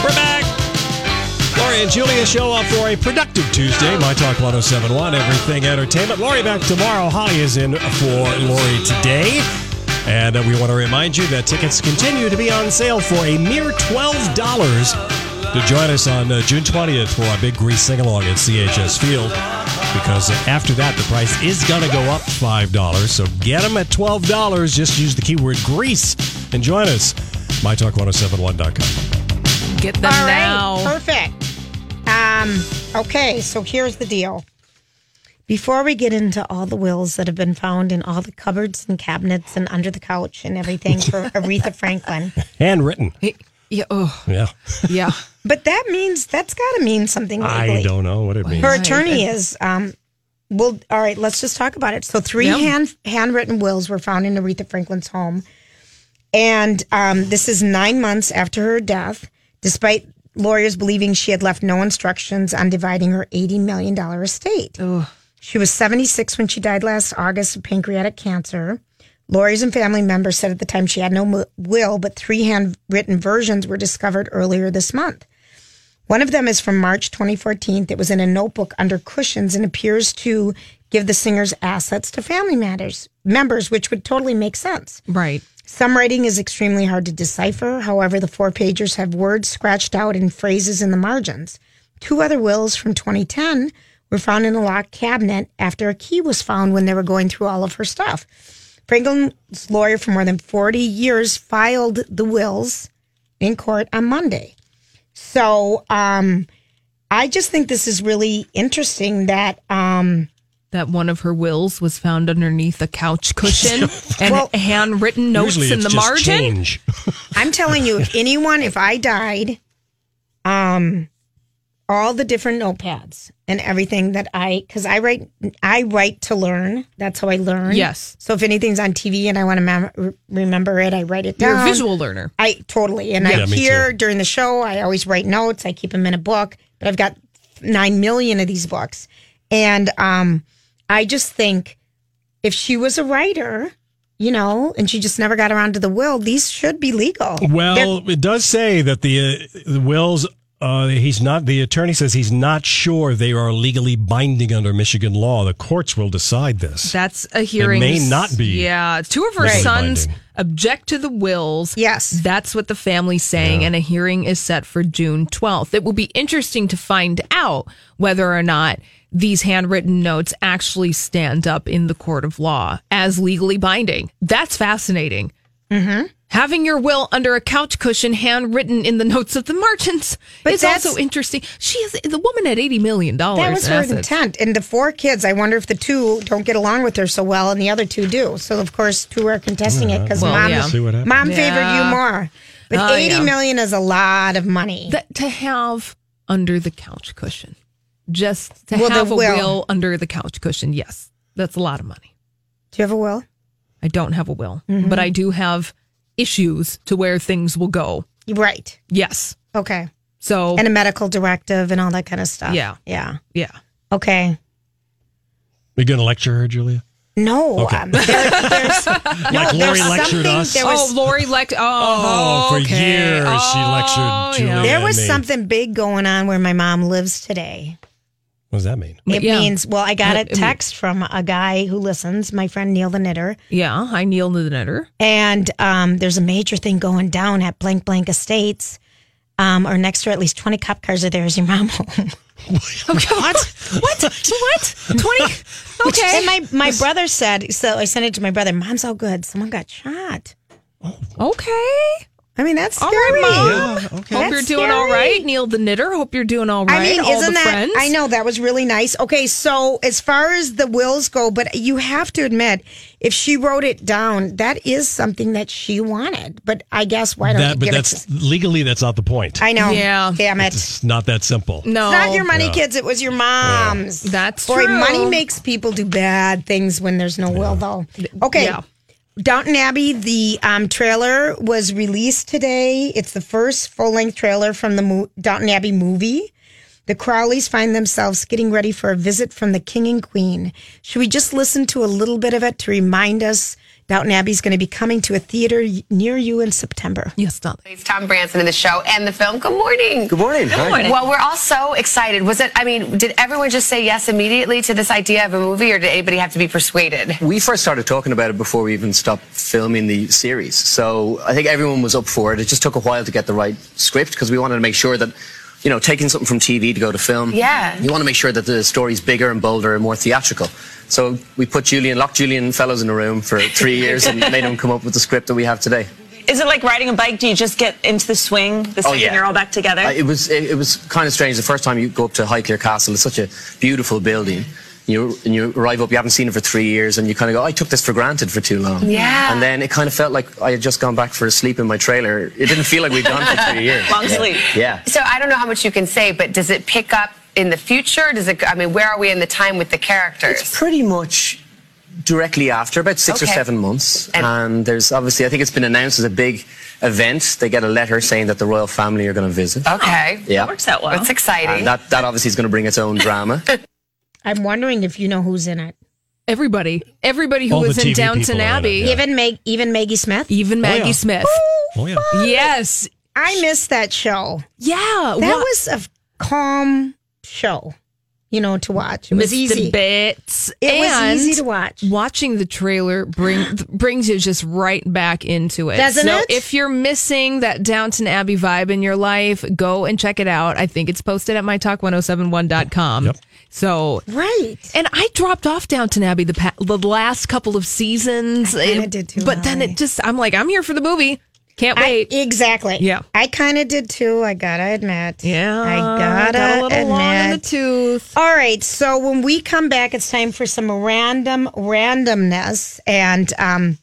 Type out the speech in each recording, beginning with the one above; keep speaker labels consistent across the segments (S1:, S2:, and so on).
S1: We're back. Lori and Julia show up for a productive Tuesday. My Talk 1071, everything entertainment. Lori back tomorrow. Holly is in for Lori today. And uh, we want to remind you that tickets continue to be on sale for a mere $12 to join us on uh, June 20th for our big Grease sing along at CHS Field. Because uh, after that, the price is going to go up $5. So get them at $12. Just use the keyword Grease and join us. MyTalk1071.com.
S2: Get them
S3: All right,
S2: now.
S3: Perfect. Um, okay, so here's the deal. Before we get into all the wills that have been found in all the cupboards and cabinets and under the couch and everything for Aretha Franklin,
S1: Handwritten.
S2: Yeah. Oh,
S1: Yeah.
S2: yeah.
S3: but that means that's got to mean something. Legally.
S1: I don't know what it means.
S3: Her attorney is. Um, well, all right. Let's just talk about it. So, three
S2: Yeah.
S3: hand handwritten wills were found in Aretha Franklin's home, and um, this is nine months after her death. Despite lawyers believing she had left no instructions on dividing her eighty million dollar estate, she was seventy six when she died last August of pancreatic cancer. Lawyers and family members said at the time she had no mo- will, but three handwritten versions were discovered earlier this month. One of them is from March 2014 that was in a notebook under cushions and appears to give the singer's assets to family matters members, which would totally make sense.
S2: Right.
S3: Some writing is extremely hard to decipher. However, the four pagers have words scratched out and phrases in the margins. Two other wills from 2010 were found in a locked cabinet after a key was found when they were going through all of her stuff. Franklin's lawyer for more than 40 years filed the wills in court on Monday. So, um, I just think this is really interesting that, um,
S2: That one of her wills was found underneath a couch cushion and handwritten notes
S1: Usually
S2: in
S1: it's
S2: the
S1: just
S2: margin.
S1: change.
S3: I'm telling you, if anyone, if I died, um, all the different notepads and everything that I, because I write, I write to learn. That's how I learn.
S2: Yes.
S3: So if anything's on TV and I want to mem- remember it, I write it down.
S2: You're a visual learner.
S3: I totally, and
S1: Yeah,
S3: I
S1: me
S3: hear
S1: too.
S3: during the show. I always write notes. I keep them in a book, but I've got nine million of these books, and um, I just think if she was a writer, you know, and she just never got around to the will, these should be legal.
S1: Well, it does say that the, uh, the wills. Uh, he's not. The attorney says he's not sure they are legally binding under Michigan law. The courts will decide this.
S2: That's a hearing.
S1: may not be
S2: Yeah. Two of her
S1: legally
S2: sons
S1: binding.
S2: object to the wills.
S3: Yes.
S2: That's what the family's saying, and a hearing is set for June 12th. It will be interesting to find out whether or not these handwritten notes actually stand up in the court of law as legally binding. That's fascinating. Mm-hmm. Having your will under a couch cushion handwritten in the notes of the margins
S3: But
S2: is
S3: that's-
S2: also interesting. She is the woman at $80 million.
S3: that was
S2: in
S3: her
S2: assets.
S3: intent. And the four kids, I wonder if the two don't get along with her so well, and the other two do. So of course, two are contesting it because
S2: Well,
S3: mom,
S2: yeah.
S1: See what happens.
S3: mom favored you
S2: Yeah.
S3: more. But
S2: Oh,
S3: eighty million
S2: yeah.
S3: is a lot of money.
S2: that to have under the couch cushion. Just to
S3: Well, the
S2: have a
S3: will.
S2: will. under the couch cushion. Yes. That's a lot of money.
S3: do you have a will?
S2: I don't have a will,
S3: Mm-hmm.
S2: but I do have issues to where things will go.
S3: Right.
S2: Yes.
S3: Okay.
S2: So
S3: and a medical directive and all that kind of stuff.
S2: Oh. Yeah.
S3: Yeah.
S2: yeah.
S3: Okay.
S1: you going to lecture her, Julia?
S3: No.
S1: Okay.
S3: Um, there, there's,
S1: like Lori
S3: there's
S1: lectured
S3: something-
S1: us.
S3: there was-
S2: oh, Lori lect.
S1: Oh,
S2: Oh,
S1: for
S2: okay.
S1: years she
S2: Oh,
S1: lectured Julia.
S2: yeah.
S3: there was
S1: me.
S3: something big going on where my mom lives today.
S1: What does that mean?
S3: It
S2: Yeah.
S3: means, well, I got a
S2: That- it-
S3: text from a guy who listens, my friend Neil the Knitter,
S2: Yeah, I kneel to the knitter.
S3: and um, there's a major thing going down at Blank Blank Estates. Um, or next door, at least 20 cop cars are there. Is your mom home?
S2: what? What? What? Twenty? Okay.
S3: And my, my brother said, so I sent it to my brother, Mom's all good. Someone got shot.
S2: okay.
S3: I mean, that's
S2: All right,
S3: scary.
S2: mom.
S1: okay.
S2: Hope
S3: That's
S2: you're doing all
S3: scary.
S2: right, Neil the knitter. Hope you're doing all right.
S3: I mean,
S2: all the
S3: isn't that?
S2: friends.
S3: I know that was really nice. Okay, so as far as the wills go, but you have to admit, if she wrote it down, that is something that she wanted. But I guess why don't
S1: That,
S3: you
S1: but
S3: give
S1: that's
S3: it?
S1: legally that's not the point.
S3: To, I know.
S2: Yeah.
S3: damn it. It's
S1: it's not that simple.
S2: No,
S3: not your money, kids. It was your mom's.
S2: That's
S3: Boy,
S2: true.
S3: money makes people do bad things when there's no will, though. Okay.
S2: Yeah.
S3: Downton Abbey, the um, trailer was released today. It's the first full length trailer from the mo- Downton Abbey movie. The Crowleys find themselves getting ready for a visit from the King and Queen. Should we just listen to a little bit of it to remind us Downton Abbey is going to be coming to a theater y- near you in September?
S2: Yes, not.
S4: It's Tom Branson in the show and the film. Good morning.
S5: Good morning. Good
S4: Well, we're all so excited. Was it? I mean, did everyone just say yes immediately to this idea of a movie, or did anybody have to be persuaded?
S6: We first started talking about it before we even stopped filming the series. So I think everyone was up for it. It just took a while to get the right script because we wanted to make sure that, you know, taking something from TV to go to film,
S4: Yeah.
S6: you want to make sure that the story's bigger and bolder and more theatrical. So we put Julian, locked Julian Fellows in a room for three years and made him come up with the script that we have today.
S7: Is it like riding a bike? Do you just get into the swing the
S1: Oh,
S7: second
S6: Oh, yeah.
S7: you're all back together?
S6: Uh, it was it, it was kind of strange the first time you go up to Highclere Castle. It's such a beautiful building. You and you arrive up, you haven't seen it for three years, and you kind of go, I took this for granted for too long.
S4: Yeah.
S6: And then it kind of felt like I had just gone back for a sleep in my trailer. It didn't feel like we'd gone for three years.
S7: Long
S6: yeah.
S7: sleep.
S6: Yeah.
S4: So I don't know how much you can say, but does it pick up in the future? Does it? I mean, where are we in the time with the
S6: It's
S4: characters?
S6: pretty much directly after, about six
S4: Okay.
S6: or seven months.
S4: And-
S6: And, there's obviously, I think it's been announced as a big event. They get a letter saying that the royal family are going to visit.
S4: Okay.
S6: yeah.
S7: Works out eh? well.
S4: That's exciting.
S6: And that, that obviously is going to bring its own drama.
S3: I'm wondering if you know who's in it.
S2: Everybody, everybody who
S1: All the
S2: was in
S1: TV
S2: Downton
S1: people are in it,
S2: Abbey,
S1: yeah.
S3: Even, Mag- even Maggie Smith.
S2: even Maggie
S1: yeah.
S2: Smith.
S1: Oh yeah.
S2: Yes,
S3: I missed that show.
S2: yeah.
S3: That
S2: What-
S3: was a f- calm show, you know, to watch. It was
S2: Missed
S3: easy.
S2: the bits.
S3: It
S2: and
S3: was easy to watch.
S2: Watching the trailer bring th- brings you just right back into it.
S3: Doesn't
S2: so
S3: it?
S2: if you're missing that Downton Abbey vibe in your life, go and check it out. I think it's posted at mytalk1071.com.
S1: Yep.
S2: So
S3: Right.
S2: and I dropped off Downton Abbey the pa- the last couple of seasons.
S3: kinda
S2: It-
S3: did too,
S2: but then
S3: Molly.
S2: it just I'm like I'm here for the movie. Can't
S3: I,
S2: wait.
S3: exactly.
S2: Yeah.
S3: I kind of did too. I gotta admit.
S2: yeah.
S3: I gotta
S2: got a little
S3: admit.
S2: long in the tooth.
S3: All right. So when we come back, it's time for some random randomness, and um,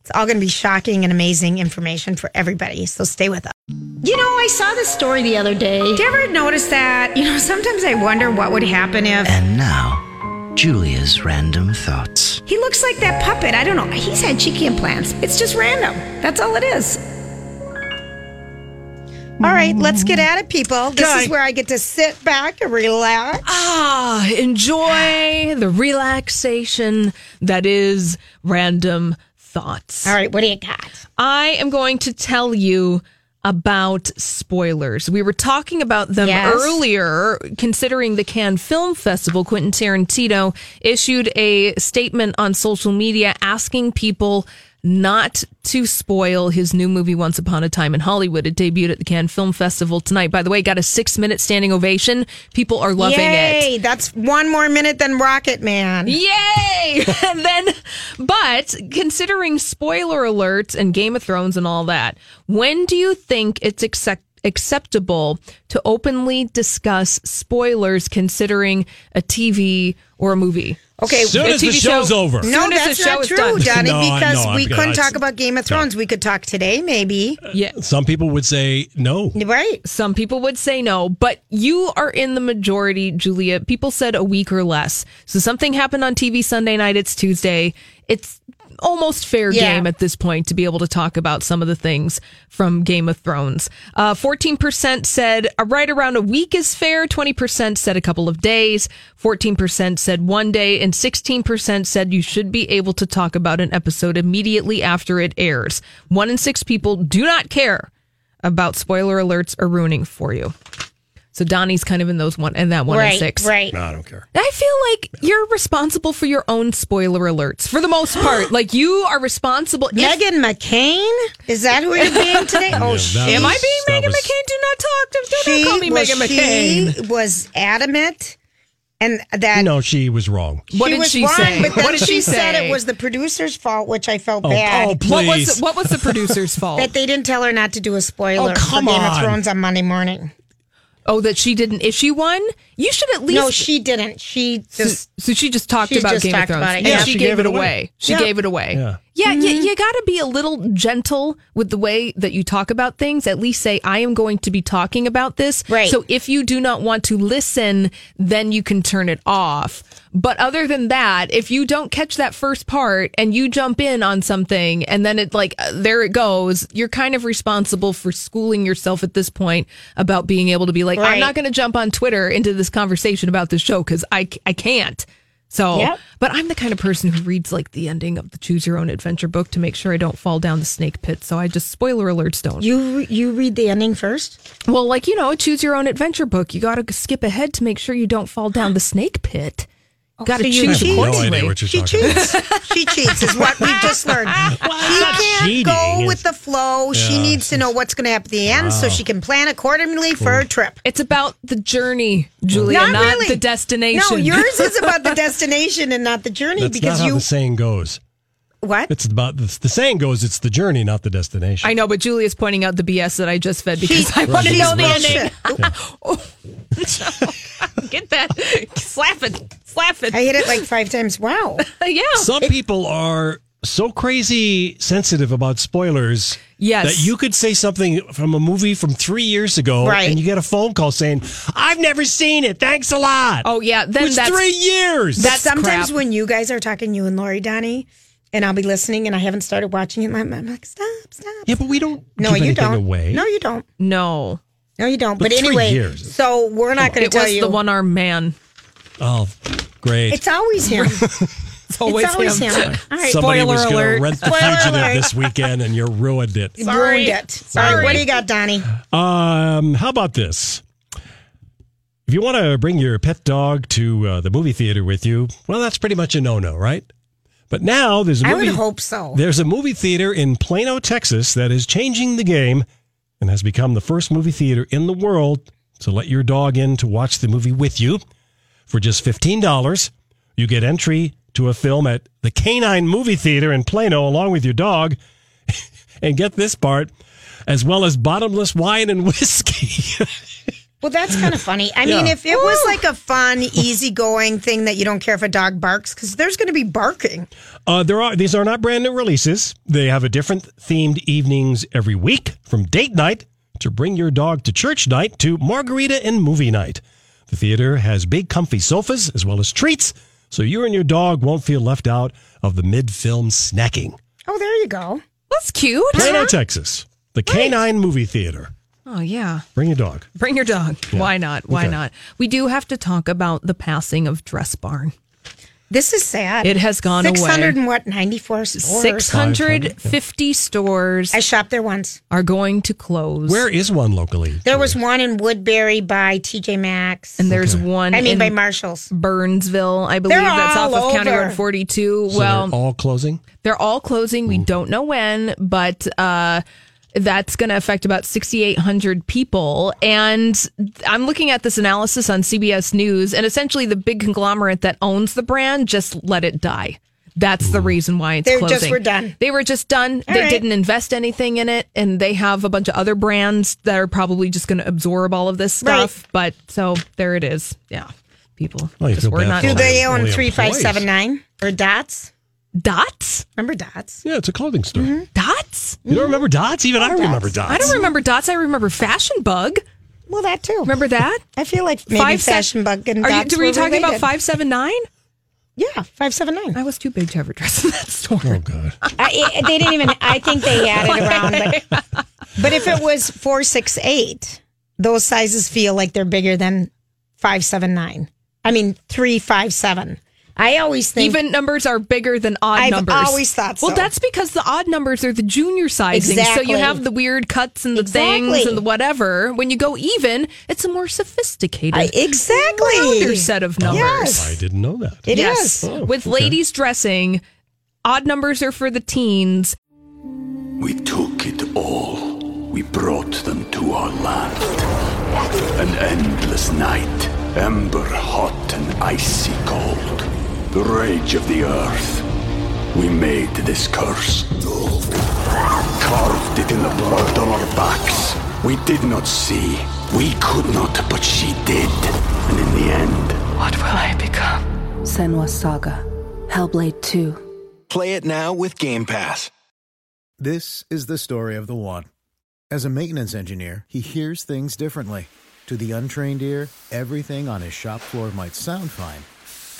S3: it's all going to be shocking and amazing information for everybody. So stay with us. You know, I saw this story the other day. Did you ever notice that? You know, sometimes I wonder what would happen if.
S8: And now, Julia's random thoughts.
S3: He looks like that puppet. I don't know. He's had cheeky implants. It's just random. That's all it is. All right, let's get at it, people. This
S1: Okay.
S3: is where I get to sit back and relax.
S2: Ah, enjoy the relaxation that is random thoughts.
S3: All right, what do you got?
S2: I am going to tell you about spoilers. We were talking about them
S3: Yes.
S2: earlier, considering the Cannes Film Festival. Quentin Tarantino issued a statement on social media asking people not to spoil his new movie, Once Upon a Time in Hollywood. It debuted at the Cannes Film Festival tonight. By the way, got a six minute standing ovation. People are loving it.
S3: Yay, that's one more minute than Rocket Man.
S2: Yay! and then, but considering spoiler alerts and Game of Thrones and all that, when do you think it's accept- acceptable to openly discuss spoilers considering a TV or a movie?
S3: Okay,
S1: Soon
S2: A
S1: as the
S2: TV
S1: show's
S2: show-
S1: over.
S2: Soon
S3: no,
S2: as the
S3: that's
S2: show
S3: not
S2: is
S3: true,
S2: done.
S3: Donnie,
S1: No, I
S3: because
S1: know, I'm
S3: we
S1: good.
S3: couldn't
S1: I-
S3: talk about Game of Thrones. We could talk today, maybe.
S2: Yeah.
S1: Some people would say no.
S3: Right.
S2: Some people would say no, but you are in the majority, Julia. People said a week or less. So something happened on TV Sunday night. It's Tuesday. It's almost fair
S3: Yeah.
S2: game at this point to be able to talk about some of the things from Game of Thrones. Uh, 14% said uh, right around a week is fair. 20% said a couple of days. 14% said one day. And 16% said you should be able to talk about an episode immediately after it airs. One in six people do not care about spoiler alerts are ruining for you. So Donnie's kind of in those one and that one
S3: right,
S2: and six.
S3: right.
S1: No, I don't care.
S2: I feel like you're responsible for your own spoiler alerts for the most part. like you are responsible. if-
S3: Megan McCain? Is that who you're being today? Oh,
S1: Yeah,
S3: she.
S1: that
S2: am I
S1: was-
S2: being
S1: that
S2: Megan
S1: was-
S2: McCain? Do not talk. to Do not call me
S3: well,
S2: Megan
S3: she
S2: McCain.
S3: was adamant, and that
S1: No, she was wrong.
S2: What
S3: she
S2: did
S3: was
S2: she
S3: wrong,
S2: say?
S3: But then
S2: What did
S3: she,
S2: she
S3: said
S2: say?
S3: it was the producer's fault, which I felt
S1: Oh,
S3: bad.
S1: oh,
S2: What
S1: Please.
S2: was what was the producer's fault?
S3: That they didn't tell her not to do a spoiler
S1: Oh, come
S3: for Game
S1: on.
S3: of Thrones on Monday morning.
S2: oh, that she didn't. If she won, you should at least.
S3: No, she didn't. She just
S2: So she just talked
S3: She
S2: about
S3: just
S2: Game
S3: talked
S2: of Thrones.
S3: about it, Mm-hmm.
S2: and
S3: yeah.
S2: she, gave, it away. She
S1: Yeah.
S2: gave it away.
S1: Yeah.
S2: Yeah, you, you got to be a little gentle with the way that you talk about things. At least say, I am going to be talking about this.
S3: Right.
S2: So if you do not want to listen, then you can turn it off. But other than that, if you don't catch that first part and you jump in on something and then it like, uh, there it goes, you're kind of responsible for schooling yourself at this point about being able to be like, I'm
S3: Right.
S2: not going to jump on Twitter into this conversation about this show because I, c- I can't. So,
S3: Yep.
S2: but I'm the kind of person who reads like the ending of the Choose Your Own Adventure book to make sure I don't fall down the snake pit. So I just spoiler alerts don't.
S3: you you read the ending first.
S2: well, like you know, a Choose Your Own Adventure book, you got to skip ahead to make sure you don't fall down the snake pit. got to
S3: Oh, so you
S2: choose
S3: cheat?
S1: I have no
S2: accordingly.
S1: idea what you're
S3: She
S1: talking about.
S3: cheats. she cheats is what we just learned. She can't
S1: cheating,
S3: go
S1: it's-
S3: with the flow. she
S1: Yeah,
S3: needs to know what's going to happen at the end, so she can plan accordingly for her trip.
S2: It's about the journey, Julia, not, the destination.
S3: No, yours is about the destination and not the journey
S1: That's not
S3: because
S1: how
S3: you
S1: the saying goes.
S3: what?
S1: It's about the, the saying goes. It's the journey, not the destination.
S2: I know, but Julia's pointing out the BS that I just fed because I
S3: She-
S2: want to
S3: she's
S2: know the
S3: bullshit.
S2: ending. Get that? slap it, slap it.
S3: I hit it like five times. Wow.
S2: yeah.
S1: Some people are so crazy sensitive about spoilers.
S2: Yes.
S1: That you could say something from a movie from three years ago,
S3: Right.
S1: and you get a phone call saying, "I've never seen it. Thanks a lot."
S2: Oh yeah, then
S1: it's
S2: that's
S1: three years.
S2: that's
S3: Sometimes
S2: crap.
S3: when you guys are talking, you and Lori, Donnie, and I'll be listening and I haven't started watching it, I'm, I'm like, stop, stop.
S1: yeah, but we don't
S3: no,
S1: give
S3: you
S1: anything
S3: don't.
S1: away.
S3: No, you don't.
S2: no.
S3: No, you don't.
S1: But
S3: But,
S1: three
S3: anyway,
S1: years.
S3: so we're not going to
S2: It
S3: tell
S2: was
S3: you.
S2: the one armed man.
S1: Oh, great.
S3: It's always him. it's
S2: It's always,
S3: always him.
S2: him.
S3: All right.
S1: Somebody
S2: spoiler
S1: was going
S2: alert.
S1: to rent the
S3: Spoiler
S1: fugitive
S3: alert.
S1: this weekend, and you ruined it.
S3: You ruined it. Sorry. What do you got, Donnie?
S1: Um, how about this? If you want to bring your pet dog to uh, the movie theater with you, well, that's pretty much a no-no, right? But now there's a
S3: I
S1: movie.
S3: would hope so.
S1: There's a movie theater in Plano, Texas, that is changing the game and has become the first movie theater in the world to let your dog in to watch the movie with you. For just $15, you get entry to a film at the Canine Movie Theater in Plano along with your dog. and get this part, as well as bottomless wine and whiskey.
S3: Well, that's kind of funny. I mean,
S1: Yeah.
S3: if it was like a fun, easygoing thing that you don't care if a dog barks, because there's going to be barking.
S1: Uh, there are these are not brand new releases. They have a different themed evenings every week, from date night to bring your dog to church night to margarita and movie night. The theater has big, comfy sofas as well as treats, so you and your dog won't feel left out of the mid-film snacking.
S3: Oh, there you go.
S2: That's cute.
S1: Plano, Texas, the Canine Movie Theater.
S2: Oh yeah.
S1: Bring your dog.
S2: Bring your dog. Why not? Why
S1: Okay.
S2: not? We do have to talk about the passing of Dress Barn.
S3: This is sad.
S2: It has gone away.
S3: 600 and what? 94 stores.
S2: Six hundred fifty stores
S3: I shopped there once.
S2: are going to close.
S1: Where is one locally?
S3: There was one in Woodbury by TJ Maxx.
S2: and there's one
S3: I mean,
S2: in
S3: by Marshalls.
S2: Burnsville, I believe that's off
S3: all
S2: of County
S3: over.
S2: Road 42.
S1: So
S2: well,
S1: they're all closing.
S2: They're all closing.
S1: Hmm.
S2: We don't know when, but uh, that's going to affect about 6,800 people. And I'm looking at this analysis on CBS News, and essentially the big conglomerate that owns the brand just let it die. That's
S1: Hmm.
S2: the reason why it's
S3: They just
S2: closing.
S3: were done.
S2: They were just done. they
S3: right.
S2: didn't invest anything in it, and they have a bunch of other brands that are probably just going to absorb all of this stuff. But so there it is. Yeah, people
S1: Well, you
S2: just
S1: feel
S2: were
S1: bad
S2: not
S1: for
S3: Do
S1: Oh,
S3: they
S1: they're
S3: own
S1: employees.
S3: 3579 or Dots?
S2: dots.
S3: Remember Dots?
S1: Yeah, it's a clothing store.
S2: Dots.
S1: You don't remember Dots? Even I don't remember Dots.
S2: I don't remember dots. I remember fashion bug.
S3: Well, that too.
S2: Remember that?
S3: I feel like maybe
S2: se-
S3: Fashion Bug and
S2: Are you,
S3: Dots
S2: were you talking about
S3: related.
S2: five seven nine?
S3: Yeah, 579.
S2: I was too big to ever dress in that store.
S1: Oh God.
S3: I, it- they didn't even. I think they had it around. But, but if it was four six eight, those sizes feel like they're bigger than five seven nine. I mean three five seven. I always think
S2: Even numbers are bigger than odd
S3: I've
S2: numbers.
S3: always thought so.
S2: Well, that's because the odd numbers are the junior sizing. So
S3: Exactly.
S2: you have the weird cuts and the
S3: Exactly.
S2: things and the whatever. When you go even, it's a more sophisticated,
S3: I- exactly.
S2: rounder set of numbers.
S1: I
S3: Yes.
S1: didn't know that.
S3: It is.
S2: yes.
S1: Oh,
S2: With
S1: okay.
S2: ladies dressing, odd numbers are for the teens.
S9: We took it all. We brought them to our land. An endless night, ember hot and icy cold. The rage of the earth. We made this curse. Carved it in the blood on our backs. We did not see. We could not, but she did. And in the end,
S10: What will I become? Senwa Saga, Hellblade 2.
S5: Play it now with Game Pass.
S11: This is the story of the one. As a maintenance engineer, he hears things differently. To the untrained ear, everything on his shop floor might sound fine,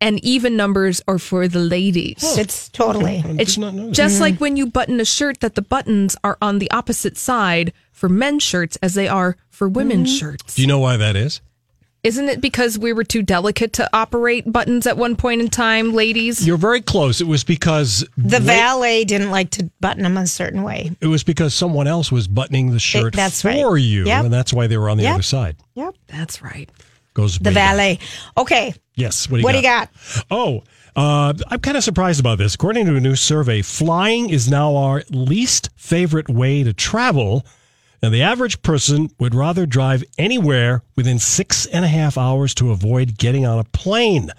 S2: And even numbers are for the ladies.
S3: It's totally.
S1: I
S2: It's
S1: did not know that.
S2: just like when you button a shirt that the buttons are on the opposite side for men's shirts as they are for women's
S3: Mm-hmm.
S2: shirts.
S1: Do you know why that is?
S2: Isn't it because we were too delicate to operate buttons at one point in time, ladies?
S1: You're very close. It was because
S3: The
S1: wait-
S3: valet didn't like to button them a certain way.
S1: It was because someone else was buttoning the shirt
S3: that's
S1: for
S3: right.
S1: you,
S3: Yep.
S1: and that's why they were on the
S3: Yep.
S1: other side.
S3: Yep.
S2: That's right.
S1: Goes
S3: The
S1: way back.
S3: valet. Okay.
S1: Yes. What do you
S3: What do
S1: got?
S3: you got?
S1: Oh, uh, I'm kind of surprised about this. According to a new survey, flying is now our least favorite way to travel, and the average person would rather drive anywhere within six and a half hours to avoid getting on a plane.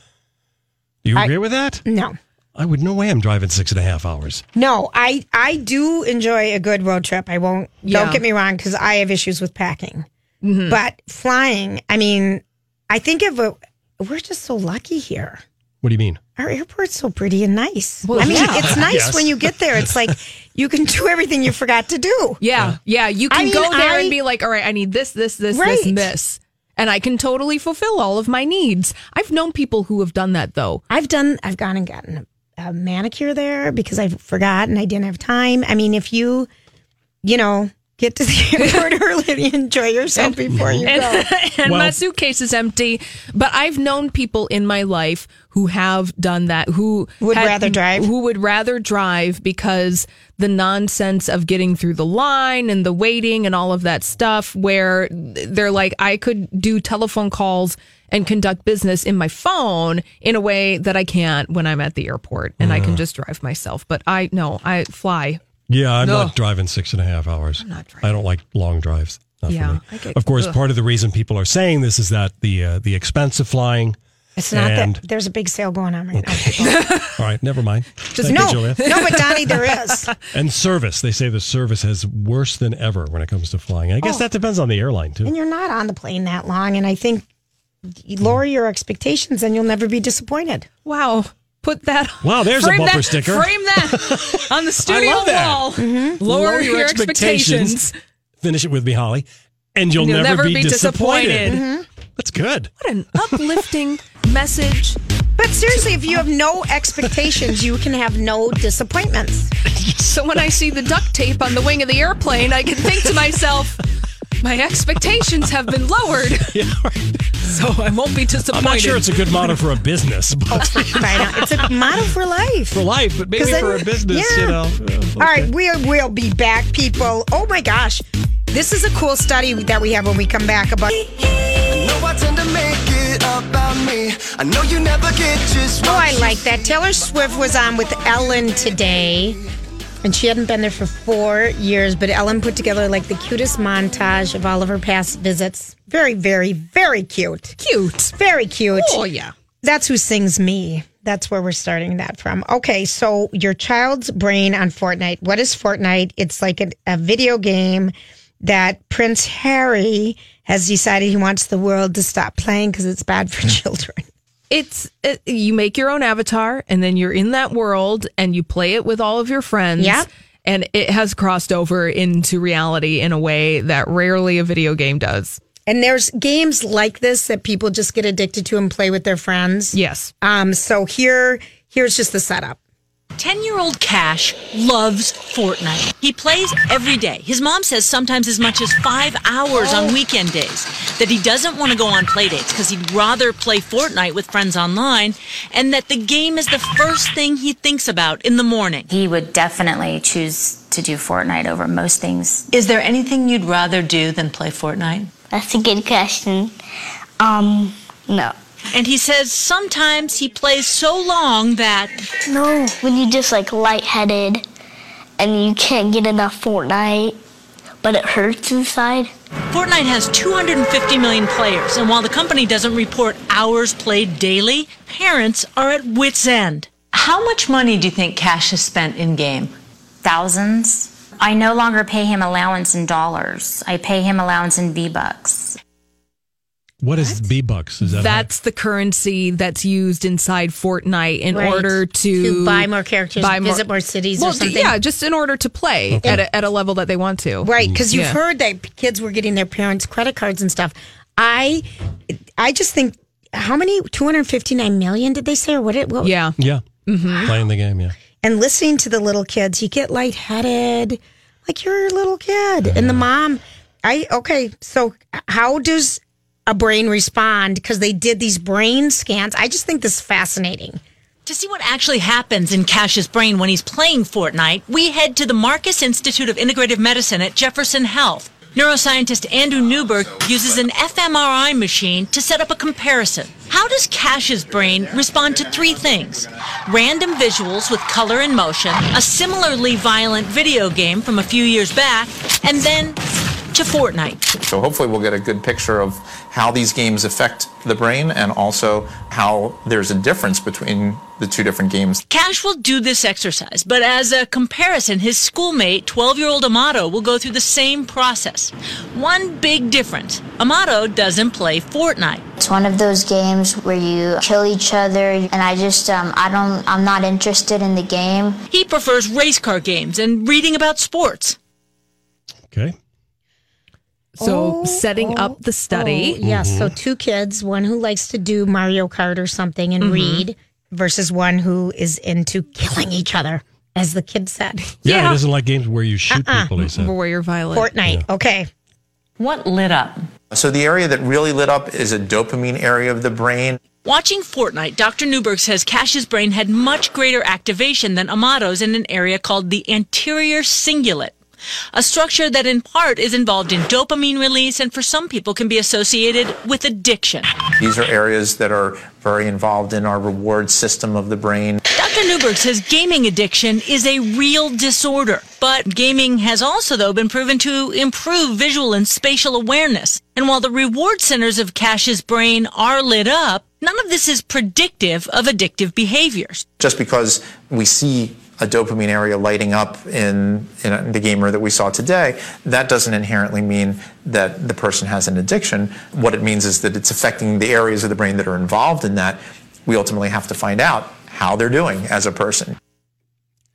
S1: Do you agree with that?
S3: No.
S1: I would no way I'm driving six and a half hours.
S3: No, I I do enjoy a good road trip. I won't.
S2: Yeah.
S3: Don't get me wrong, because I have issues with packing. But flying, I mean, I think of a. We're just so lucky here.
S1: What do you mean?
S3: Our airport's so pretty and nice.
S2: Well,
S3: I mean,
S2: yeah.
S3: it's nice
S1: Yes.
S3: when you get there. It's like you can do everything you forgot to do.
S2: Yeah, yeah. You
S3: I
S2: can
S3: mean,
S2: go there
S3: I-
S2: and be like, all right, I need this, this, this, this,
S3: Right.
S2: and this. And I can totally fulfill all of my needs. I've known people who have done that though.
S3: I've done. I've gone and gotten a, a manicure there because I forgot and I didn't have time. I mean, if you, you know, get to the airport early, enjoy yourself before you
S2: and,
S3: go.
S2: and
S1: Well-
S2: my suitcase is empty. But I've known people in my life who have done that, who
S3: Would rather drive?
S2: who would rather drive because the nonsense of getting through the line and the waiting and all of that stuff, where they're like, I could do telephone calls and conduct business in my phone in a way that I can't when I'm at the airport and I can just drive myself. But I no, I fly.
S1: Yeah, I'm
S2: No.
S1: not driving six and a half hours. I'm
S2: not
S1: I don't like long drives. Not for
S2: Yeah,
S1: me.
S2: I get-
S1: of course,
S2: ugh.
S1: part of the reason people are saying this is that the uh, the expense of flying.
S3: It's not
S1: And-
S3: that there's a big sale going on right
S1: All right, never mind. Thank you,
S3: now. no,
S1: Julia.
S3: no, but Donnie, there is.
S1: And service. They say the service has worse than ever when it comes to flying. I guess that depends on the airline too.
S3: And you're not on the plane that long, and I think you lower your expectations, and you'll never be disappointed.
S2: Wow. Put that.
S1: Wow, there's a
S2: frame
S1: bumper
S2: that-
S1: sticker.
S2: Frame that on the studio
S1: love that. Mm-hmm.
S2: wall. Lower, your, expectations.
S1: Finish it with me, Holly. And you'll,
S2: You'll
S1: never,
S2: never
S1: be,
S2: be
S1: disappointed.
S2: disappointed.
S1: That's good.
S2: What an uplifting message.
S3: But seriously, if you have no expectations, you can have no disappointments.
S2: So when I see the duct tape on the wing of the airplane, I can think to myself, my expectations have been lowered,
S1: Yeah, right.
S2: so Oh, I won't be disappointed.
S1: I'm not sure it's a good motto for a business, but
S3: Right now, it's a model for life.
S1: for life, but maybe
S3: 'Cause then-
S1: for a business,
S3: yeah.
S1: you know. uh,
S3: All right, we will be back, people. Oh my gosh, this is a cool study that we have when we come back about.
S5: I know I tend to make it about me. I know you never get just
S3: Oh,
S5: what
S3: I
S5: you
S3: like that. Taylor Swift was on with Ellen today, and she hadn't been there for four years, but Ellen put together like the cutest montage of all of her past visits. Very, very, very cute.
S2: cute.
S3: Very cute.
S2: Oh yeah.
S3: That's who sings me. That's where we're starting that from. Okay, so your child's brain on Fortnite. What is Fortnite? It's like a, a video game that Prince Harry has decided he wants the world to stop playing because it's bad for children.
S2: It's it, you make your own avatar and then you're in that world and you play it with all of your friends.
S3: Yep.
S2: and it has crossed over into reality in a way that rarely a video game does.
S3: And there's games like this that people just get addicted to and play with their friends.
S2: Yes.
S3: Um, so here, here's just the setup.
S12: 10 year old Cash loves Fortnite. He plays every day. His mom says sometimes as much as five hours on weekend days. That he doesn't want to go on play dates because he'd rather play Fortnite with friends online, and that the game is the first thing he thinks about in the morning.
S13: He would definitely choose to do Fortnite over most things.
S12: Is there anything you'd rather do than play Fortnite?
S14: That's a good question. Um, no.
S12: And he says sometimes he plays so long that.
S14: No, when you just like lightheaded and you can't get enough Fortnite, but it hurts inside.
S12: Fortnite has 250 million players, and while the company doesn't report hours played daily, parents are at wits' end.
S7: How much money do you think Cash has spent in game?
S13: Thousands. I no longer pay him allowance in dollars. I pay him allowance in V-bucks.
S1: What is B bucks? Is that
S2: That's the currency that's used inside Fortnite in
S3: Right.
S2: order to,
S3: To buy more characters, visit more cities or
S2: Well,
S3: something.
S2: Yeah, just in order to play
S3: Okay.
S2: at, a, at a level that they want to.
S3: Right, because you've
S2: Yeah.
S3: heard that kids were getting their parents' credit cards and stuff. I, I just think how many two hundred fifty nine million did they say or what? It what,
S2: yeah
S1: yeah
S3: Mhm.
S1: playing the game? Yeah.
S3: And listening to the little kids, you get lightheaded, like you're a little kid. And the mom, I okay. So how does a brain respond? Because they did these brain scans. I just think this is fascinating.
S12: To see what actually happens in Cash's brain when he's playing Fortnite, we head to the Marcus Institute of Integrative Medicine at Jefferson Health. Neuroscientist Andrew Newberg uses an fMRI machine to set up a comparison. How does Cash's brain respond to three things? Random visuals with color and motion, a similarly violent video game from a few years back, and then to Fortnite.
S15: So hopefully we'll get a good picture of how these games affect the brain and also how there's a difference between the two different games.
S12: Cash will do this exercise, but as a comparison, his schoolmate, 12 year old Amato, will go through the same process. One big difference Amato doesn't play Fortnite.
S14: It's one of those games where you kill each other, and I just um, I don't I'm not interested in the game.
S12: He prefers race car games and reading about sports.
S1: Okay.
S2: So setting up the study.
S3: Oh, Yes.
S1: Mm-hmm.
S3: So two kids, one who likes to do Mario Kart or something and
S2: Mhm.
S3: read, versus one who is into killing each other, as the kid said.
S1: Yeah, he doesn't like games where you shoot
S3: Uh-uh.
S1: people. He said.
S2: Warrior violent.
S3: Fortnite. Okay.
S12: What lit up?
S15: So the area that really lit up is a dopamine area of the brain.
S12: Watching Fortnite, Dr. Newberg says Cash's brain had much greater activation than Amato's in an area called the anterior cingulate, a structure that in part is involved in dopamine release and for some people can be associated with addiction.
S15: These are areas that are very involved in our reward system of the brain.
S12: Dr. Newberg says gaming addiction is a real disorder, but gaming has also, though, been proven to improve visual and spatial awareness. And while the reward centers of Cash's brain are lit up, none of this is predictive of addictive behaviors.
S15: Just because we see a dopamine area lighting up in, in the gamer that we saw today, that doesn't inherently mean that the person has an addiction. What it means is that it's affecting the areas of the brain that are involved in that. We ultimately have to find out how they're doing as a person.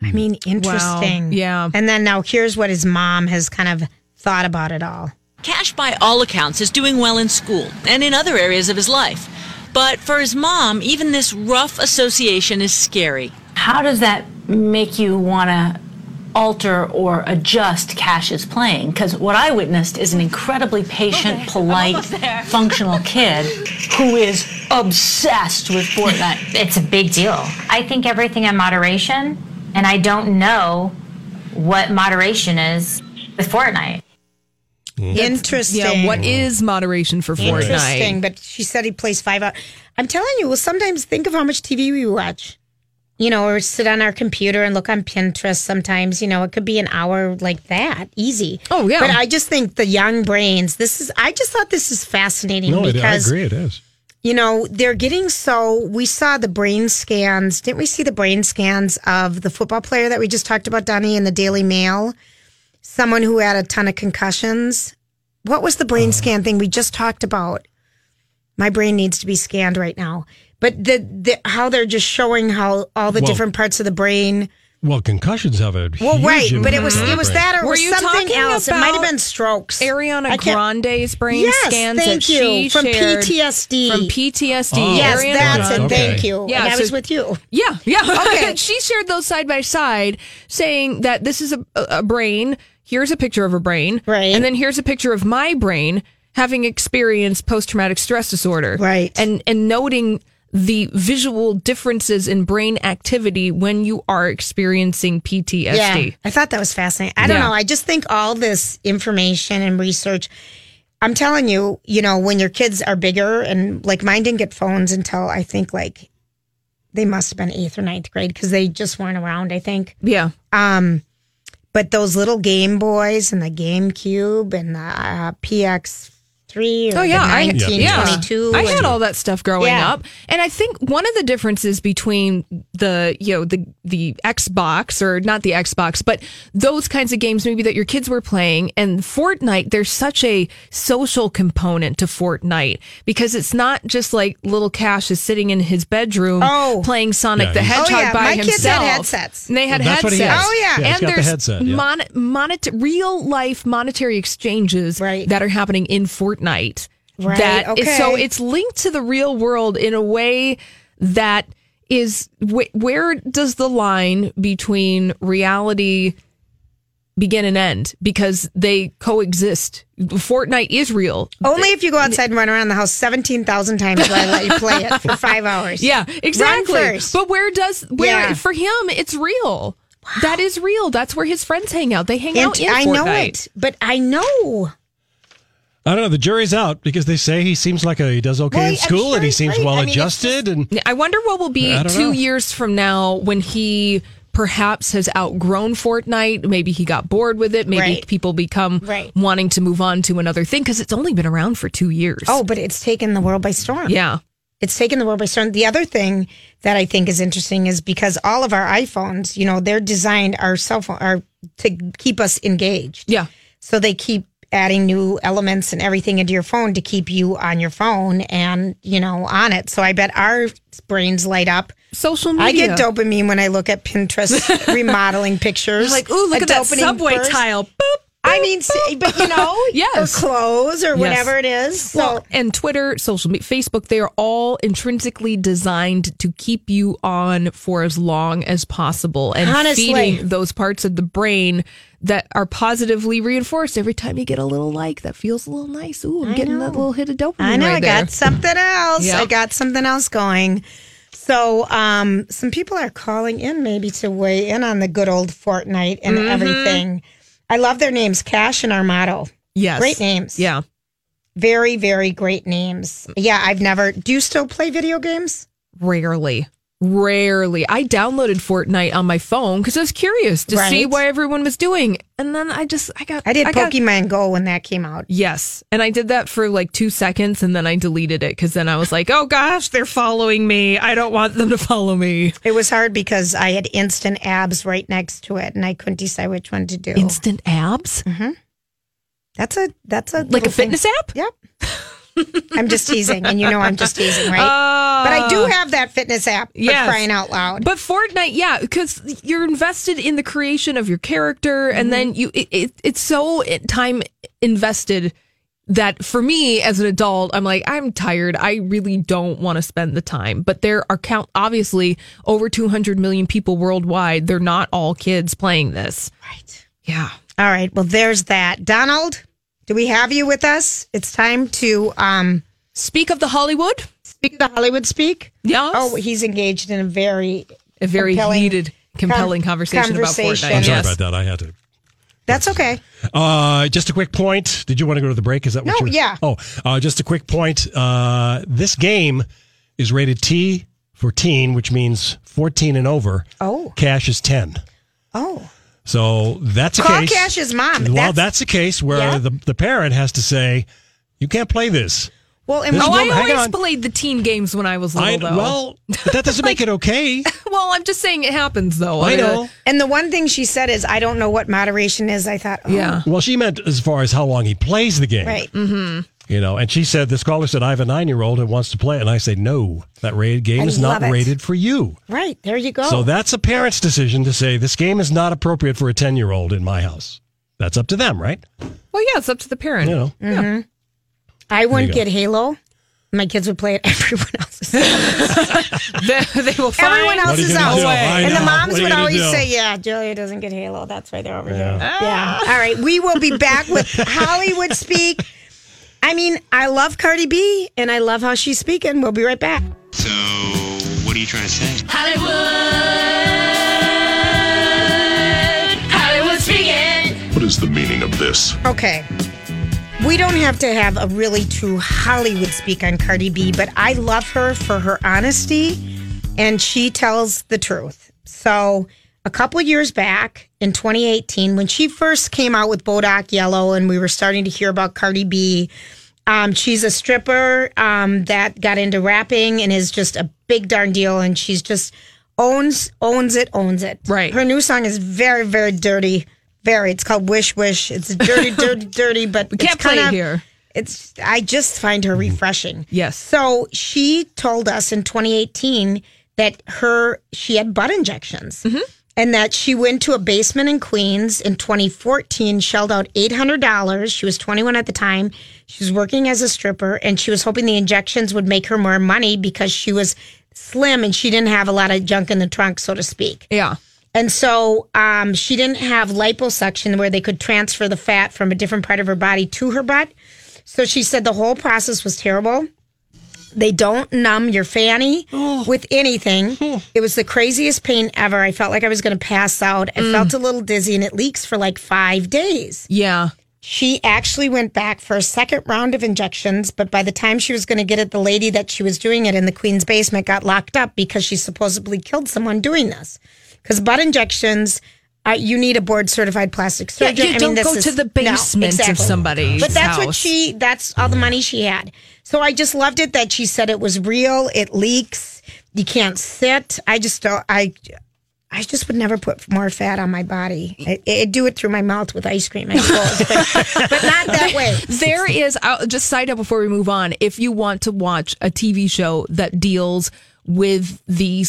S3: I mean, interesting. Yeah. And then now here's what his mom has kind of thought about it all.
S12: Cash, by all accounts, is doing well in school and in other areas of his life. But for his mom, even this rough association is scary.
S7: How does that make you want to alter or adjust Cash's playing? Because what I witnessed is an incredibly patient, polite, functional kid who is obsessed with Fortnite.
S13: It's a big deal. I think everything in moderation, and I don't know what moderation is with Fortnite.
S2: That's-
S3: Interesting.
S2: Yeah, what is moderation for Fortnite?
S3: Interesting. But she said he plays five hours. I'm telling you, we'll sometimes think of how much TV we watch. You know, or sit on our computer and look on Pinterest sometimes. You know, it could be an hour like that. Easy.
S2: Oh, yeah.
S3: But I just think the young brains, this is, I just thought this is fascinating
S1: No, it, I
S3: because
S1: agree. It is.
S3: you know, they're getting so. We saw the brain scans. Didn't we see the brain scans of the football player that we just talked about, Donnie, in the Daily Mail? Someone who had a ton of concussions. What was the brain scan thing we just talked about? My brain needs to be scanned right now. But the, the how they're just showing how all the
S1: Well-
S3: different parts of the brain
S1: Well, concussions have a
S3: Well,
S1: huge
S3: right, but it
S1: impact
S3: was
S1: on
S3: it
S1: the
S3: was
S1: brain.
S3: that or it
S2: Were
S3: was
S2: you
S3: something
S2: talking
S3: else. It might have
S2: about
S3: been strokes.
S2: Ariana
S3: I can't-
S2: Grande's brain
S3: Yes,
S2: scans
S3: thank
S2: that
S3: you,
S2: she
S3: from
S2: shared
S3: PTSD.
S2: From PTSD.
S3: Oh, Yes,
S2: Ariana
S3: that's it.
S2: Grande.
S3: Thank you.
S2: Yeah,
S3: And I
S2: so-
S3: was with you.
S2: Yeah, yeah.
S3: Okay.
S2: she shared those side by side, saying that this is a, a a brain. Here's a picture of a brain, right? And then here's a picture of my brain having experienced post traumatic stress disorder, right? And and noting the visual differences in brain activity when you are experiencing PTSD.
S3: Yeah, I thought that was fascinating. I don't
S2: Yeah.
S3: know. I just think all this information and research. I'm telling you, you know, when your kids are bigger and like mine didn't get phones until I think like they must have been eighth or ninth grade because they just weren't around. I think.
S2: Yeah.
S3: Um, but those little Game Boys and the GameCube and the uh, PX. Three or
S2: Oh yeah,
S3: the
S2: I,
S3: 19,
S2: yeah.
S3: 22
S2: I
S3: and-
S2: had all that stuff growing
S3: Yeah.
S2: up, and I think one of the differences between the you know the the Xbox or not the Xbox, but those kinds of games maybe that your kids were playing and Fortnite, there's such a social component to Fortnite because it's not just like little Cash is sitting in his bedroom playing Sonic
S1: Yeah,
S2: the
S1: he's-
S2: Hedgehog
S3: Oh, yeah.
S2: by
S3: My
S2: himself.
S3: kids had headsets.
S2: And they had
S1: That's what
S2: headsets.
S1: he has. Oh, yeah. Yeah, he's got
S2: and
S1: the
S2: there's
S1: headset, yeah.
S2: mon- monet- real life monetary exchanges that are happening in Fortnite.
S3: Right,
S2: That is- so
S3: okay.
S2: it's linked to the real world in a way that is wh- where does the line between reality begin and end because they coexist. Fortnite is real.
S3: Only if you go outside and run around the house 17,000 times will I let you play it for five hours.
S2: Yeah, exactly.
S3: Run first.
S2: But where does where
S3: Yeah.
S2: for him it's real. That is real. That's where his friends hang out. They hang
S3: And
S2: out in
S3: I know
S2: Fortnite.
S3: it, but I know.
S1: I don't know. The jury's out because they say he seems like a, he does okay
S2: Well,
S1: in
S2: I'm
S1: school
S2: sure
S1: and he
S2: he's
S1: seems
S2: great.
S1: well
S2: I mean, it's
S1: adjusted. and
S2: I wonder what will be
S1: I don't
S2: two
S1: know.
S2: years from now when he perhaps has outgrown Fortnite. Maybe he got bored with it. Maybe
S3: Right.
S2: people become
S3: Right.
S2: wanting to move on to another thing because it's only been around for two years.
S3: Oh, but it's taken the world by storm.
S2: Yeah.
S3: It's taken the world by storm. The other thing that I think is interesting is because all of our iPhones, you know, they're designed our cell phone are to keep us engaged.
S2: Yeah.
S3: So they keep adding new elements and everything into your phone to keep you on your phone and, you know, on it. So I bet our brains light up.
S2: Social
S3: I get
S2: media.
S3: dopamine when I look at Pinterest remodeling pictures.
S2: Like, ooh, look at that
S3: dopamine
S2: subway
S3: burst.
S2: tile.
S3: I mean, see, but you know,
S2: Yes.
S3: or clothes or
S2: Yes.
S3: whatever it is. So
S2: well, and Twitter, social media, Facebook, they are all intrinsically designed to keep you on for as long as possible and
S3: Honestly.
S2: feeding those parts of the brain that are positively reinforced every time you get a little like that feels a little nice. Ooh, I'm getting that little hit of dopamine.
S3: I know
S2: right
S3: I
S2: there.
S3: got something else.
S2: Yep.
S3: I got something else going. So, um, some people are calling in maybe to weigh in on the good old Fortnite and
S2: Mhm.
S3: everything. I love their names, Cash and Armato.
S2: Yes.
S3: great names.
S2: Yeah.
S3: Very, very great names. Yeah, I've never. Do you still play video games?
S2: Rarely. Rarely. I downloaded Fortnite on my phone because I was curious to see
S3: Right.
S2: what everyone was doing. And then I just, I got,
S3: I did
S2: got-
S3: Pokemon Go when that came out.
S2: Yes. And I did that for like two seconds and then I deleted it because then I was like, oh gosh, they're following me. I don't want them to follow me.
S3: It was hard because I had instant abs right next to it, and I couldn't decide which one to do.
S2: Instant abs?
S3: Mm-hmm. That's a that's a
S2: Like a
S3: little thing.
S2: fitness app?
S3: Yep. I'm just teasing, and you know I'm just teasing, right? but I do have that fitness app. for
S2: Oh. Yes.
S3: crying out loud.
S2: But Fortnite, yeah, because you're invested in the creation of your character,
S3: Mm-hmm.
S2: and then you it, it, it's so eh, time invested that for me as an adult, I'm like I'm tired. I really don't want to spend the time. But there are count obviously over 200 million people worldwide. They're not all kids playing this.
S3: Right.
S2: Yeah.
S3: All right. Well, there's that. Donald, do we have you with us? It's time to um
S2: speak of the Hollywood.
S3: Speak of the Hollywood. Speak.
S2: Yes.
S3: Oh, he's engaged in a very
S2: A very
S3: compelling
S2: heated, compelling conversation,
S3: conversation.
S2: about Fortnite.
S1: I'm sorry
S2: Yes.
S1: about that. I had to.
S3: That's okay.
S1: Uh, just a quick point. Did you want to go to the break? Is that what
S3: No,
S1: you
S3: yeah.
S1: Oh, uh, just a quick point. Uh, this game is rated T for teen, which means 14 and over.
S3: Oh.
S1: Cash is 10.
S3: Oh.
S1: So that's a
S3: Call
S1: case.
S3: Cash's mom.
S1: Well,
S3: That's-
S1: that's, a case where
S3: Yeah.
S1: the, the parent has to say, you can't play this.
S3: Well,
S1: and This
S2: oh, I
S1: woman- hang
S2: always
S1: on.
S2: played the teen games when I was little,
S1: I,
S2: though.
S1: well, but that doesn't make it okay.
S2: well, I'm just saying it happens, though.
S1: I
S2: mean, uh,
S1: know.
S3: And the one thing she said is, I don't know what moderation is. I thought, oh,
S2: Yeah.
S1: Well, she meant as far as how long he plays the game.
S3: Right.
S2: Mm-hmm.
S1: You know, and she said, this caller said, I have a nine year old who wants to play. it." And I say, no, that rated game
S3: I
S1: is not
S3: love it.
S1: rated for you.
S3: Right. There you go.
S1: So that's a parent's decision to say, this game is not appropriate for a 10 year old in my house. That's up to them, right?
S2: Well, yeah, it's up to the parent.
S1: You know.
S3: hmm I wouldn't
S1: go.
S3: get Halo. My kids would play it. Everyone else's.
S2: they, they will find
S3: Everyone
S1: What are you
S3: else's
S1: gonna
S3: out.
S1: do? I
S3: And the
S1: know. What
S3: moms
S1: are you
S3: would
S1: gonna
S3: always
S1: do?
S3: say, "Yeah, Julia doesn't get Halo. That's why they're over here."
S1: Yeah.
S3: Yeah. All right. We will be back with Hollywood Speak. I mean, I love Cardi B, and I love how she's speaking. We'll be right back.
S16: So, what are you trying to say?
S7: Hollywood, Hollywood speaking.
S9: What is the meaning of this?
S3: Okay. We don't have to have a really true Hollywood speak on Cardi B, but I love her for her honesty and she tells the truth. So, a couple years back in 2018, when she first came out with Bodak Yellow and we were starting to hear about Cardi B, um, she's a stripper um, that got into rapping and is just a big darn deal. And she's just owns owns it, owns it. Right. Her new song is very, very dirty. Very. It's called Wish Wish. It's a dirty, dirty, dirty. But we
S2: can't play it here.
S3: It's. I just find her refreshing. Yes. So she told us in 2018 that her she had butt injections. And that she went to a basement in Queens in 2014, shelled out $800. She was 21 at the time. She was working as a stripper and she was hoping the injections would make her more money because she was slim and she didn't have a lot of junk in the trunk, so to speak.
S2: Yeah.
S3: And so um, she didn't have liposuction where they could transfer the fat from a different part of her body to her butt. So she said the whole process was terrible. They don't numb your fanny with anything. It was the craziest pain ever. I felt like I was going to pass out. I felt a little dizzy and it leaks for like five days.
S2: Yeah.
S3: She actually went back for a second round of injections, but by the time she was going to get it, the lady that she was doing it in the Queen's basement got locked up because she supposedly killed someone doing this. Because butt injections, uh, you need a board certified plastic
S2: Yeah,
S3: surgeon.
S2: you
S3: I
S2: don't
S3: mean, this
S2: go
S3: is,
S2: to the
S3: no,
S2: basement of
S3: exactly.
S2: somebody's
S3: But that's what
S2: house.
S3: she, that's all the money she had. So I just loved it that she said it was real, it leaks, you can't sit. I just don't, I. I just would never put more fat on my body. I, I'd do it through my mouth with ice cream. I suppose. that way.
S2: There is, I'll just side up before we move on. If you want to watch a TV show that deals with these.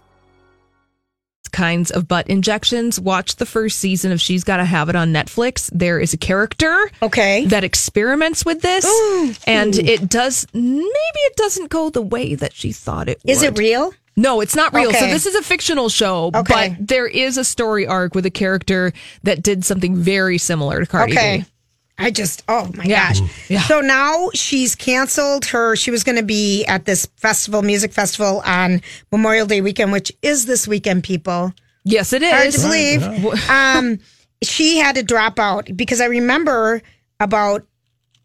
S2: kinds of butt injections. Watch the first season of She's Gotta Have It on Netflix. There is a character
S3: okay.
S2: that experiments with this and
S3: Ooh.
S2: it does maybe it doesn't go the way that she thought it
S3: Is it
S2: would.
S3: real?
S2: No, it's not real. So
S3: Okay.
S2: this is a fictional show,
S3: Okay.
S2: but there is a story arc with a character that did something very similar to Cardi
S3: okay.
S2: B.
S3: I just oh my gosh.
S2: Mm-hmm.
S3: So now she's canceled her she was going to be at this festival music festival on Memorial Day weekend which is this weekend people.
S2: Yes it
S3: Hard
S2: is.
S3: to believe. um she had to drop out because I remember about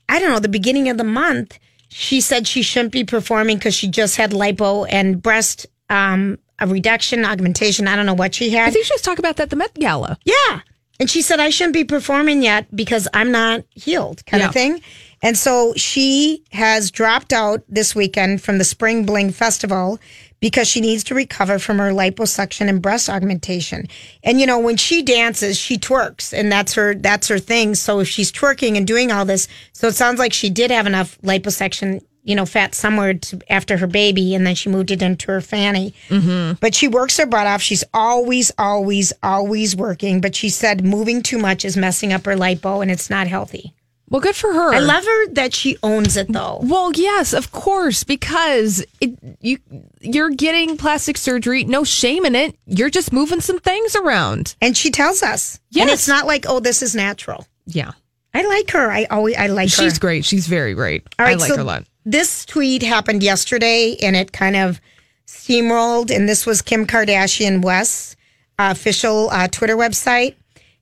S3: I don't know the beginning of the month she said she shouldn't be performing cuz she just had lipo and breast um a reduction augmentation I don't know what she had.
S2: I think she was talking about that at the Met Gala.
S3: Yeah. And she said, I shouldn't be performing yet because I'm not healed, kind
S2: Yeah.
S3: of thing. And so she has dropped out this weekend from the Spring Bling Festival because she needs to recover from her liposuction and breast augmentation. And you know, when she dances, she twerks and that's her that's her thing. So if she's twerking and doing all this, so it sounds like she did have enough liposuction, you know, fat somewhere to, after her baby and then she moved it into her fanny.
S7: Mm-hmm.
S3: But she works her butt off. She's always, always, always working. But she said moving too much is messing up her lipo and it's not healthy.
S2: Well, good for her.
S3: I love her that she owns it though.
S2: Well, yes, of course, because it, you you're getting plastic surgery, no shame in it. You're just moving some things around.
S3: And she tells us.
S2: Yes.
S3: And it's not like, oh, this is natural.
S2: Yeah.
S3: I like her. I always I like her.
S2: She's great. She's very great. I like her a lot.
S3: This tweet happened yesterday and it kind of steamrolled. And this was Kim Kardashian West's uh, official uh, Twitter website.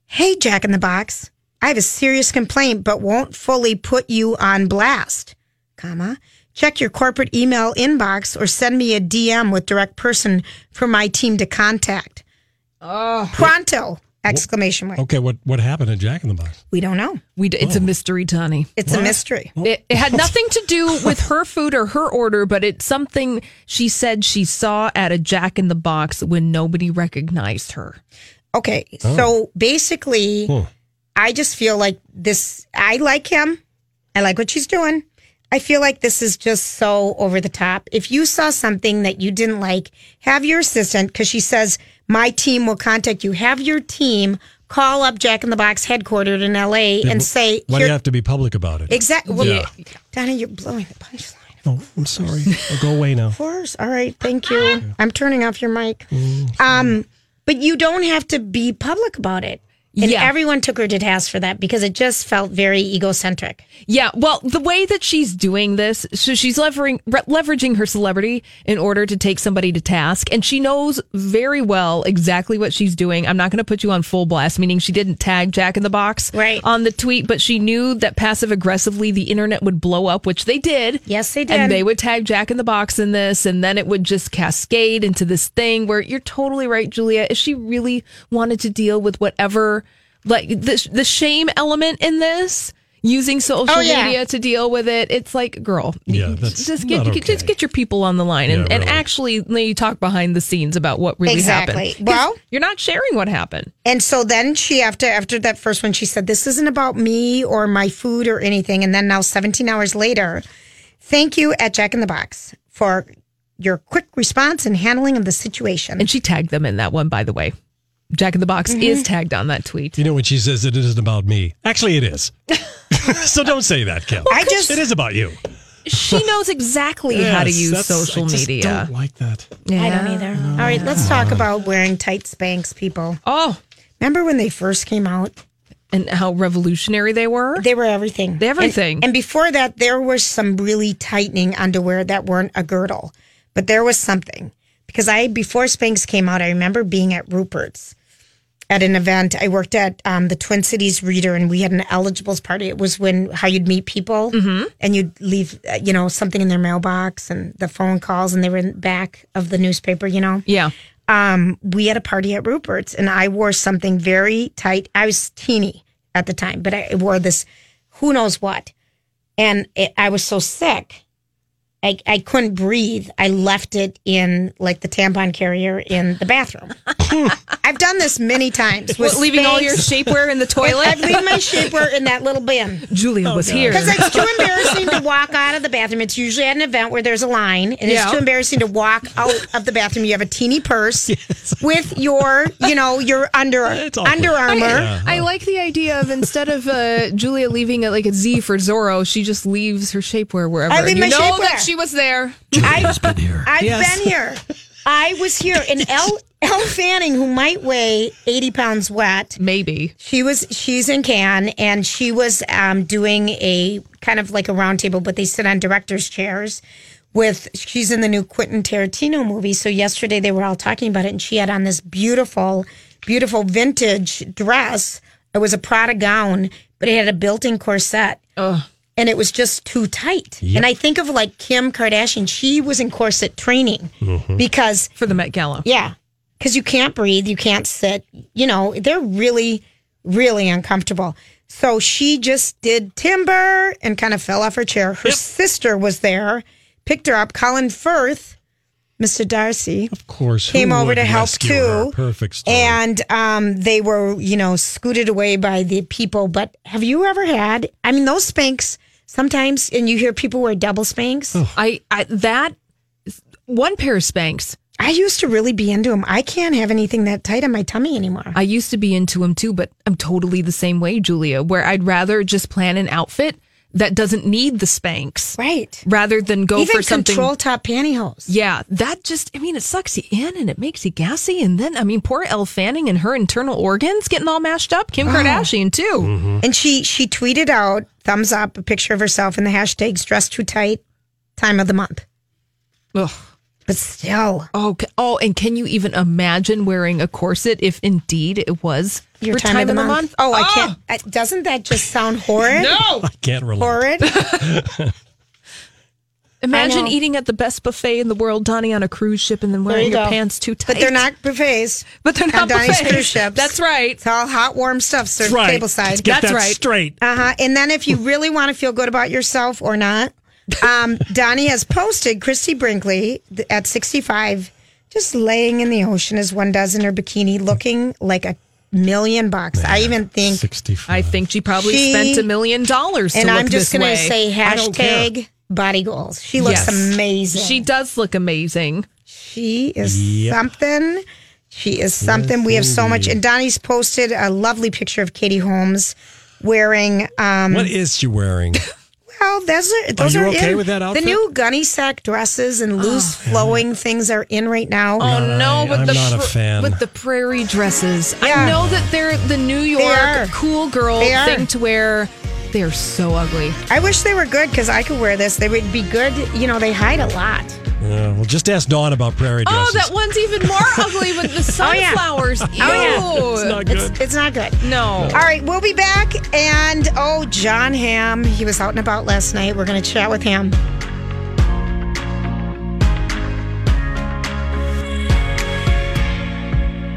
S3: Hey, Jack in the Box, I have a serious complaint, but won't fully put you on blast, comma. Check your corporate email inbox or send me a DM with direct person for my team to contact.
S2: Oh.
S3: Pronto! Exclamation mark.
S1: Okay, what what happened at Jack in the Box?
S3: We don't know.
S2: We d- it's a mystery, Tony.
S3: It's a mystery.
S2: Oh. It, it had nothing to do with her food or her order, but it's something she said she saw at a Jack in the Box when nobody recognized her.
S3: Okay, so basically, I just feel like this. I like him. I like what she's doing. I feel like this is just so over the top. If you saw something that you didn't like, have your assistant, because she says, my team will contact you. Have your team call up Jack in the Box headquartered in LA and say,
S1: Why do you have to be public about it?
S3: exactly. Well,
S1: Yeah.
S3: Donna, you're blowing the punchline.
S1: Oh, I'm sorry. Oh, go away now.
S3: Of course. All right. Thank you. I'm turning off your mic. Um, but you don't have to be public about it. And
S2: Yeah.
S3: everyone took her to task for that because it just felt very egocentric.
S2: Yeah, well, the way that she's doing this, so she's levering, re- leveraging her celebrity in order to take somebody to task, and she knows very well exactly what she's doing. I'm not going to put you on full blast, meaning she didn't tag Jack in the Box on the tweet, but she knew that passive aggressively the internet would blow up, which they did.
S3: Yes, they did.
S2: And they would tag Jack in the Box in this, and then it would just cascade into this thing where you're totally right, Julia. If she really wanted to deal with whatever, like the, the shame element in this, using social
S3: Oh, yeah.
S2: media to deal with it, it's like, girl,
S1: Yeah,
S2: you
S1: that's
S2: just get
S1: not
S2: you- just get your people on the line and,
S1: Yeah,
S2: and
S1: really.
S2: actually they talk behind the scenes about what really
S3: Exactly.
S2: happened. 'Cause
S3: Well-
S2: you're not sharing what happened.
S3: And so then she after after that first one, she said, This isn't about me or my food or anything. And then now 17 hours later, thank you at Jack in the Box for your quick response and handling of the situation.
S2: And she tagged them in that one, by the way. Jack in the Box
S3: Mhm.
S2: is tagged on that tweet.
S1: You know when she says that it isn't about me. Actually, it is. so don't say that, Kim.
S2: I just-
S1: it is about you.
S2: She knows exactly how to
S1: Yes,
S2: use
S1: that's- I
S2: social
S1: just
S2: media.
S1: don't like that.
S3: I don't either. All right, let's talk about wearing tight Spanx, people.
S2: Oh,
S3: remember when they first came out
S2: and how revolutionary they were?
S3: They were everything.
S2: Everything.
S3: And, and before that, there was some really tightening underwear that weren't a girdle, but there was something. Because I, before Spanx came out, I remember being at Rupert's at an event. I worked at um, the Twin Cities Reader and we had an eligibles party. It was when how you'd meet people and you'd leave, uh, you know, something in their mailbox and the phone calls and they were in the back of the newspaper, you know?
S2: Yeah.
S3: um, we had a party at Rupert's and I wore something very tight. I was teeny at the time, but I wore this who knows what. And it, I was so sick. I, I couldn't breathe. I left it in like the tampon carrier in the bathroom. I've done this many times. with
S2: What, leaving all
S3: Spanx.
S2: your shapewear in the toilet?
S3: I'd leave my shapewear in that little bin.
S2: Julia was here.
S3: Because it's too embarrassing to walk out of the bathroom. It's usually at an event where there's a line, and
S2: Yeah.
S3: it's too embarrassing to walk out of the bathroom. You have a teeny purse with your, you know, your under
S2: awkward.
S3: Under Armour.
S2: I, I like the idea of instead of uh, Julia leaving it like a Z for Zorro, she just leaves her shapewear wherever.
S3: I leave
S2: you
S3: my
S2: know
S3: shapewear.
S2: that she was there.
S3: I've been
S2: here.
S3: I've been here. I was here. And Elle, Elle Fanning, who might weigh 80 pounds wet.
S2: Maybe.
S3: She was, she's in Cannes and she was um, doing a kind of like a round table, but they sit on director's chairs with, she's in the new Quentin Tarantino movie. So yesterday they were all talking about it and she had on this beautiful, beautiful vintage dress. It was a Prada gown, but it had a built in corset. And it was just too tight. And I think of like Kim Kardashian, she was in corset training because
S2: for the Met Gala.
S3: Yeah. Because you can't breathe, you can't sit. You know, they're really, really uncomfortable. So she just did timber and kind of fell off her chair. Her sister was there, picked her up. Colin Firth, Mr. Darcy, of
S1: course, who
S3: came over
S1: would
S3: to help
S1: rescue
S3: too.
S1: her? Perfect story.
S3: And um, they were, you know, scooted away by the people. But have you ever had? I mean, those spanks sometimes, and you hear people wear double spanks.
S2: I, I that one pair of spanks.
S3: I used to really be into them. I can't have anything that tight on my tummy anymore.
S2: I used to be into him too, but I'm totally the same way, Julia, where I'd rather just plan an outfit that doesn't need the spanks.
S3: Right.
S2: Rather than go
S3: Even
S2: for something
S3: control top pantyhose.
S2: Yeah, that just, I mean, it sucks you in and it makes you gassy. And then, I mean, poor Elle Fanning and her internal organs getting all mashed up. Kim
S3: Oh.
S2: Kardashian, too.
S3: And she she tweeted out thumbs up a picture of herself in the hashtags dress too tight, time of the month.
S2: Ugh.
S3: But still.
S2: Oh, ca- oh, and can you even imagine wearing a corset if indeed it was
S3: Your time, of the, month. Oh, I
S2: Ah,
S3: can't. I, doesn't that just sound horrid?
S2: No!
S1: I can't relate.
S3: horrid.
S2: Imagine
S3: know.
S2: eating at the best buffet in the world, Donnie, on a cruise ship, and then
S3: There
S2: wearing
S3: you
S2: your
S3: go.
S2: pants too tight.
S3: But they're not buffets.
S2: But they're
S3: on
S2: not
S3: Donny's
S2: buffets.
S3: cruise ships.
S2: That's right.
S3: It's all hot, warm stuff served
S1: right.
S3: tableside.
S1: Let's get that straight.
S3: Uh huh. And then if you really want to feel good about yourself or not, um, Donnie has posted Christy Brinkley th- at 65, just laying in the ocean as one does in her bikini, looking like a million bucks. I even think.
S1: 65.
S2: I think she probably
S3: She-
S2: spent a million dollars. to
S3: And
S2: look
S3: I'm just
S2: this
S3: going to
S2: way.
S3: say
S2: I don't care.
S3: hashtag body goals. She looks
S2: Yes.
S3: amazing.
S2: She does look amazing.
S3: She is
S2: Yep.
S3: something. She is something. we have so much. And Donnie's posted a lovely picture of Katie Holmes wearing. Um,
S1: what is she wearing?
S3: Well, those are those
S1: you
S3: are
S1: okay
S3: in.
S1: with that outfit? Oh.
S3: The new gunny sack dresses and loose flowing things are in right now.
S2: Oh no! With
S1: I'm
S2: the
S1: not a
S2: pra-
S1: fan.
S2: with the prairie dresses, I
S3: Yeah.
S2: know that they're the New
S3: are.
S2: York cool girl
S3: They are.
S2: thing to wear. They're so ugly.
S3: I wish they were good because I could wear this. They would be good. You know, they hide a lot.
S1: Yeah, well, just ask Dawn about prairie
S2: Oh,
S1: dresses.
S2: that one's even more ugly with the
S1: Oh,
S3: yeah.
S2: sunflowers. Ew.
S3: Oh,
S1: It's not good.
S3: It's, it's not good.
S2: No.
S3: All right, we'll be back. And oh, John Hamm, he was out and about last night. We're going to chat with him.